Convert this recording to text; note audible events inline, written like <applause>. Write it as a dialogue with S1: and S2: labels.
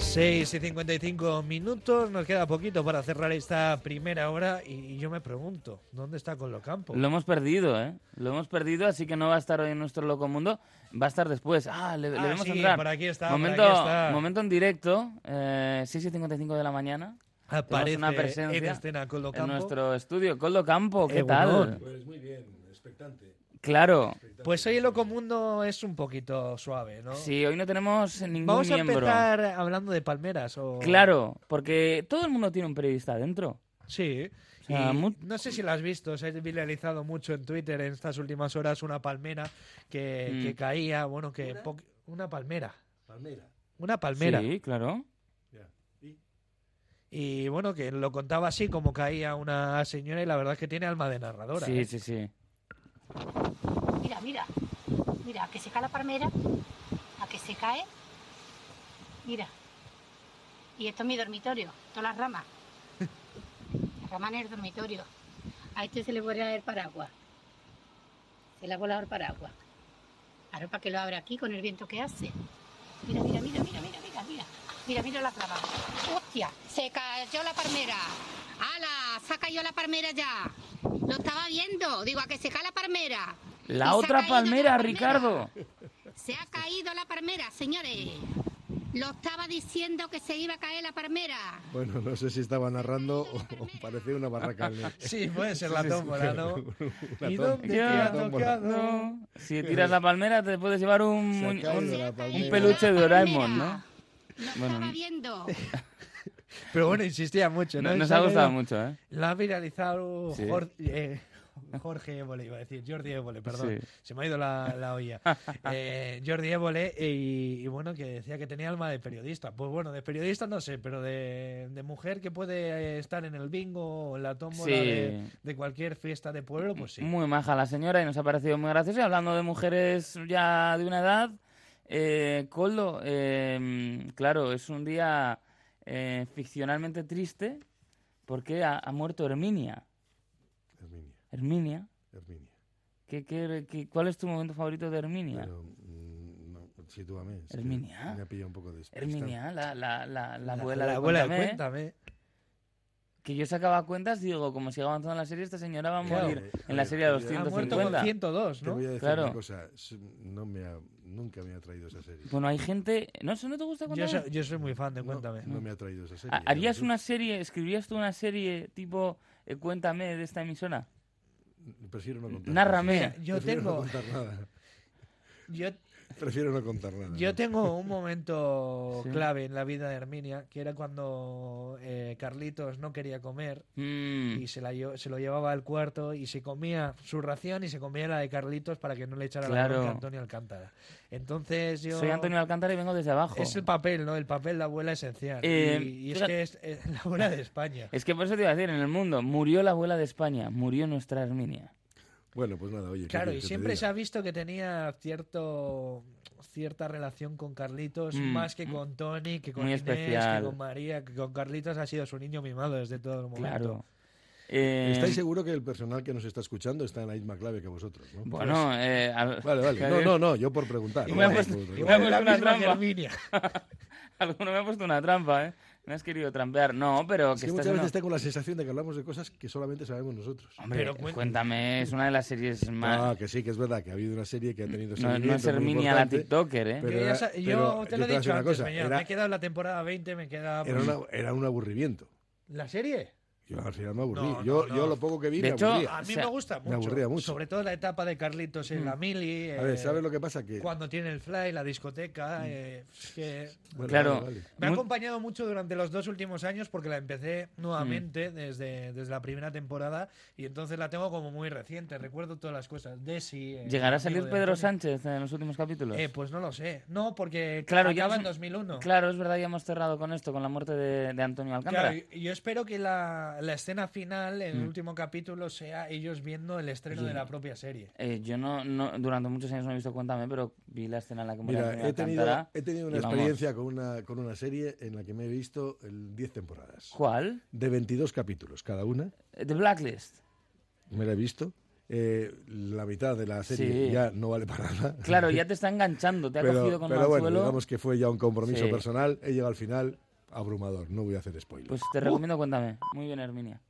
S1: 6 y 55 minutos, nos queda poquito para cerrar esta primera hora y yo me pregunto, ¿dónde está Colocampo?
S2: Lo hemos perdido, ¿eh? Lo hemos perdido, así que no va a estar hoy en nuestro Loco Mundo, va a estar después. Ah, le, le
S1: Ah,
S2: vamos
S1: sí,
S2: a entrar.
S1: por aquí está, por
S2: momento,
S1: aquí está.
S2: momento en directo, eh, 6 y 55 de la mañana.
S1: Aparece
S2: Tenemos una
S1: en
S2: presencia
S1: escena
S2: en
S1: Colocampo.
S2: nuestro estudio. Coldo Campo, ¿qué
S1: Egunon.
S2: tal?
S3: Pues muy bien, expectante.
S2: Claro.
S1: Pues hoy el Loco Mundo es un poquito suave, ¿no?
S2: Sí, hoy no tenemos ningún
S1: Vamos a
S2: miembro.
S1: empezar hablando de palmeras o...
S2: Claro, porque todo el mundo tiene un periodista adentro.
S1: Sí.
S2: O sea,
S1: Y
S2: mu-
S1: no sé si la has visto, se ha viralizado mucho en Twitter en estas últimas horas una palmera que,
S2: Mm.
S1: que caía, bueno, que... po- Una palmera.
S3: Palmera.
S1: Una palmera.
S2: Sí, claro.
S3: Ya.
S1: Y bueno, que lo contaba así como caía una señora y la verdad es que tiene alma de narradora.
S2: Sí,
S1: ¿eh?
S2: sí, sí.
S4: Mira, mira. Mira, a que se cae la palmera, a que se cae. Mira. Y esto es mi dormitorio, todas las
S2: <laughs>
S4: ramas. Las ramas en el dormitorio. A este se le vuela el paraguas. Se le ha volado el paraguas. Ahora para que lo abra aquí con el viento que hace. Mira, mira, mira, mira, mira, mira, mira. Mira, mira las ramas. ¡Hostia! Se cayó la palmera. ¡Hala! Se ha caído la palmera ya. Lo estaba viendo. Digo, a que se cae la palmera. Y se
S2: La
S4: ha
S2: otra
S4: caído
S2: palmera,
S4: la
S2: Ricardo.
S4: Se ha caído la palmera, señores. Lo estaba diciendo que se iba a caer la palmera.
S3: Bueno, no sé si estaba narrando o, o parece una barraca.
S1: Sí, puede ser la tómbola,
S2: <laughs>
S1: ¿no? ¿Y dónde
S2: Ya,
S1: te ha
S2: tómbola.
S1: tocado?
S2: No. Si tiras la palmera te puedes llevar un,
S3: Se ha
S2: muñ-
S3: caído
S2: un-
S3: la
S2: un
S3: palmera.
S2: peluche de Doraemon, ¿no?
S4: Lo
S2: Bueno,
S4: estaba
S2: no-
S4: viendo.
S1: Pero bueno, insistía mucho, ¿no?
S2: No- Nos
S1: Esa
S2: ha gustado
S1: idea
S2: mucho, ¿eh?
S1: La ha viralizado
S2: Sí.
S1: Jorge, eh, Jorge Évole, iba a decir, Jordi Évole, perdón.
S2: Sí.
S1: Se me ha ido la, la
S2: <laughs>
S1: olla. Eh, Jordi Évole, y, y bueno, que decía que tenía alma de periodista. Pues bueno, de periodista no sé, pero de, de mujer que puede eh, estar en el bingo o en la tómbola
S2: Sí.
S1: de, de cualquier fiesta de pueblo, pues sí.
S2: Muy maja la señora y nos ha parecido muy graciosa. Y hablando de mujeres ya de una edad, eh, Coldo, eh, claro, es un día eh, ficcionalmente triste porque ha, ha muerto Herminia.
S3: Herminia,
S2: Herminia,
S3: Herminia.
S2: ¿qué, qué- qué- cuál es tu momento favorito de Herminia?
S3: Pero, mm, no, sitúame. es que
S2: Herminia.
S3: Me ha pillado un poco despistado.
S2: Herminia, la, la, la, la abuela,
S1: la
S2: de
S1: abuela de
S2: Cuéntame, ¿eh?
S1: Cuéntame.
S2: que yo sacaba cuentas, digo, como sigue avanzando la serie, esta señora va a
S1: Claro.
S2: morir
S3: Eh,
S2: en la
S3: eh,
S2: serie de los
S3: eh,
S1: Ha muerto
S2: 150.
S1: con 102,
S3: Te
S1: ¿no?
S3: voy a decir
S2: Claro.
S3: una cosa. s- No me ha- nunca me ha traído esa serie.
S2: Bueno, hay gente... ¿No, ¿Eso no te gusta
S1: Yo
S2: contar?
S1: soy, yo soy muy fan de
S3: No,
S1: Cuéntame.
S3: No, me ha traído esa serie.
S2: Ha- ¿Harías
S3: Yo-
S2: una serie, escribirías tú una serie tipo eh, Cuéntame de esta emisora?
S3: Prefiero no contar.
S2: Nárrame.
S3: nada.
S1: Mira, yo
S3: Prefiero
S1: tengo-
S3: No contar nada. <laughs>
S1: Yo,
S3: Prefiero no contar nada.
S1: Yo
S3: ¿no?
S1: tengo un momento
S2: Sí.
S1: clave en la vida de Herminia, que era cuando eh, Carlitos no quería comer
S2: Mm,
S1: y se, la lle- se lo llevaba al cuarto y se comía su ración y se comía la de Carlitos para que no le echara la
S2: Claro.
S1: bronca a Antonio Alcántara. Entonces yo...
S2: Soy Antonio Alcántara y vengo desde abajo.
S1: Es el papel, ¿no? El papel de abuela esencial.
S2: Eh,
S1: y, y es
S2: fíjate-
S1: que es, es la abuela de España.
S2: Es que por eso te iba a decir, en el mundo murió la abuela de España, murió nuestra Herminia.
S3: Bueno, pues nada, oye. ¿qué
S1: Claro,
S3: quieres
S1: y
S3: que te
S1: siempre
S3: diga?
S1: se ha visto que tenía cierto cierta relación con Carlitos,
S2: Mm,
S1: más que
S2: mm.
S1: con Tony, que con
S2: Muy
S1: Inés,
S2: especial.
S1: que con María, que con Carlitos ha sido su niño mimado desde todo el momento.
S2: Claro. Eh,
S3: Estáis seguro que el personal que nos está escuchando está en la misma clave que vosotros, ¿no? Pues,
S2: Bueno, eh, al-
S3: Vale, vale. No, no, no, yo por preguntar.
S2: Igual
S3: ¿no?
S2: pues-
S3: Por-
S2: igual-
S1: Igual es la
S2: Una
S1: misma que
S2: trampa.
S1: Herminia.
S2: <laughs> alguno me ha puesto una trampa, ¿eh? Me has querido trampear. No, pero
S3: Es
S2: que
S3: que
S2: estás
S3: muchas
S2: en-
S3: veces tengo la sensación de que hablamos de cosas que solamente sabemos nosotros.
S2: Hombre,
S1: Pero
S2: cuéntame.
S1: cuéntame.
S2: es una de las series
S3: Ah,
S2: más...
S3: que sí, que es verdad que ha habido una serie que ha tenido
S2: No, no es
S3: seguimiento muy
S2: Herminia la
S3: importante,
S2: TikToker, ¿eh?
S3: pero
S1: Yo ya
S3: era-
S1: sa-
S3: pero
S1: yo te
S3: yo
S1: lo
S3: te
S1: he
S3: voy a
S1: dicho
S3: decir una
S1: antes,
S3: cosa,
S1: Beñat,
S3: era-
S1: me he quedado en la temporada 20, me he quedado...
S3: Era, una- era un aburrimiento.
S1: ¿La serie?
S3: Yo al final me aburrí.
S1: No, no,
S3: yo,
S1: no.
S3: yo lo poco que vi
S2: De
S3: me
S2: hecho,
S3: aburría.
S1: A mí
S2: O sea,
S1: me gusta mucho.
S3: aburría mucho. Mm.
S1: Sobre todo la etapa de Carlitos en la mili,
S3: A
S1: eh,
S3: ver, ¿sabes lo que pasa? Que, Mm.
S1: cuando tiene el fly, la discoteca, eh, es que...
S3: bueno,
S2: Claro.
S3: vale, vale.
S1: Me ha
S2: Mu-
S1: acompañado mucho durante los dos últimos años porque la empecé
S2: Mm.
S1: nuevamente desde, desde la primera temporada y entonces la tengo como muy reciente. Recuerdo todas las cosas. Desi. eh,
S2: ¿Llegará a
S1: amigo
S2: salir
S1: de
S2: Pedro
S1: Antonio.
S2: Sánchez en los últimos capítulos?
S1: Eh, pues no lo sé. No, porque
S2: Claro, ya
S1: acaba
S2: no-
S1: en 2001.
S2: Claro, es verdad, ya hemos cerrado con esto, con la muerte de, de Antonio Alcántara.
S1: Claro, y- y yo espero que la, la escena final, en el
S2: Mm.
S1: último capítulo, sea ellos viendo el estreno de la propia serie.
S2: Eh, yo no, no- durante muchos años no he visto Cuéntame, pero vi la escena en la que muere
S3: Mira,
S2: Antonio
S3: he tenido,
S2: Alcántara
S3: he tenido una
S2: y vamos.
S3: experiencia con una, con una serie en la que me he visto el 10 temporadas.
S2: ¿Cuál?
S3: De 22 capítulos cada una.
S2: Eh, The Blacklist.
S3: Me la he visto. Eh, la mitad de la serie
S2: Sí.
S3: ya no vale para nada.
S2: Claro, ya te está enganchando, te ha
S3: <laughs> pero,
S2: cogido con
S3: pero bueno,
S2: anzuelo.
S3: digamos que fue ya un compromiso
S2: Sí.
S3: personal. He llegado al final, abrumador, no voy a hacer spoiler.
S2: Pues te recomiendo Cuéntame. Muy bien, Herminia.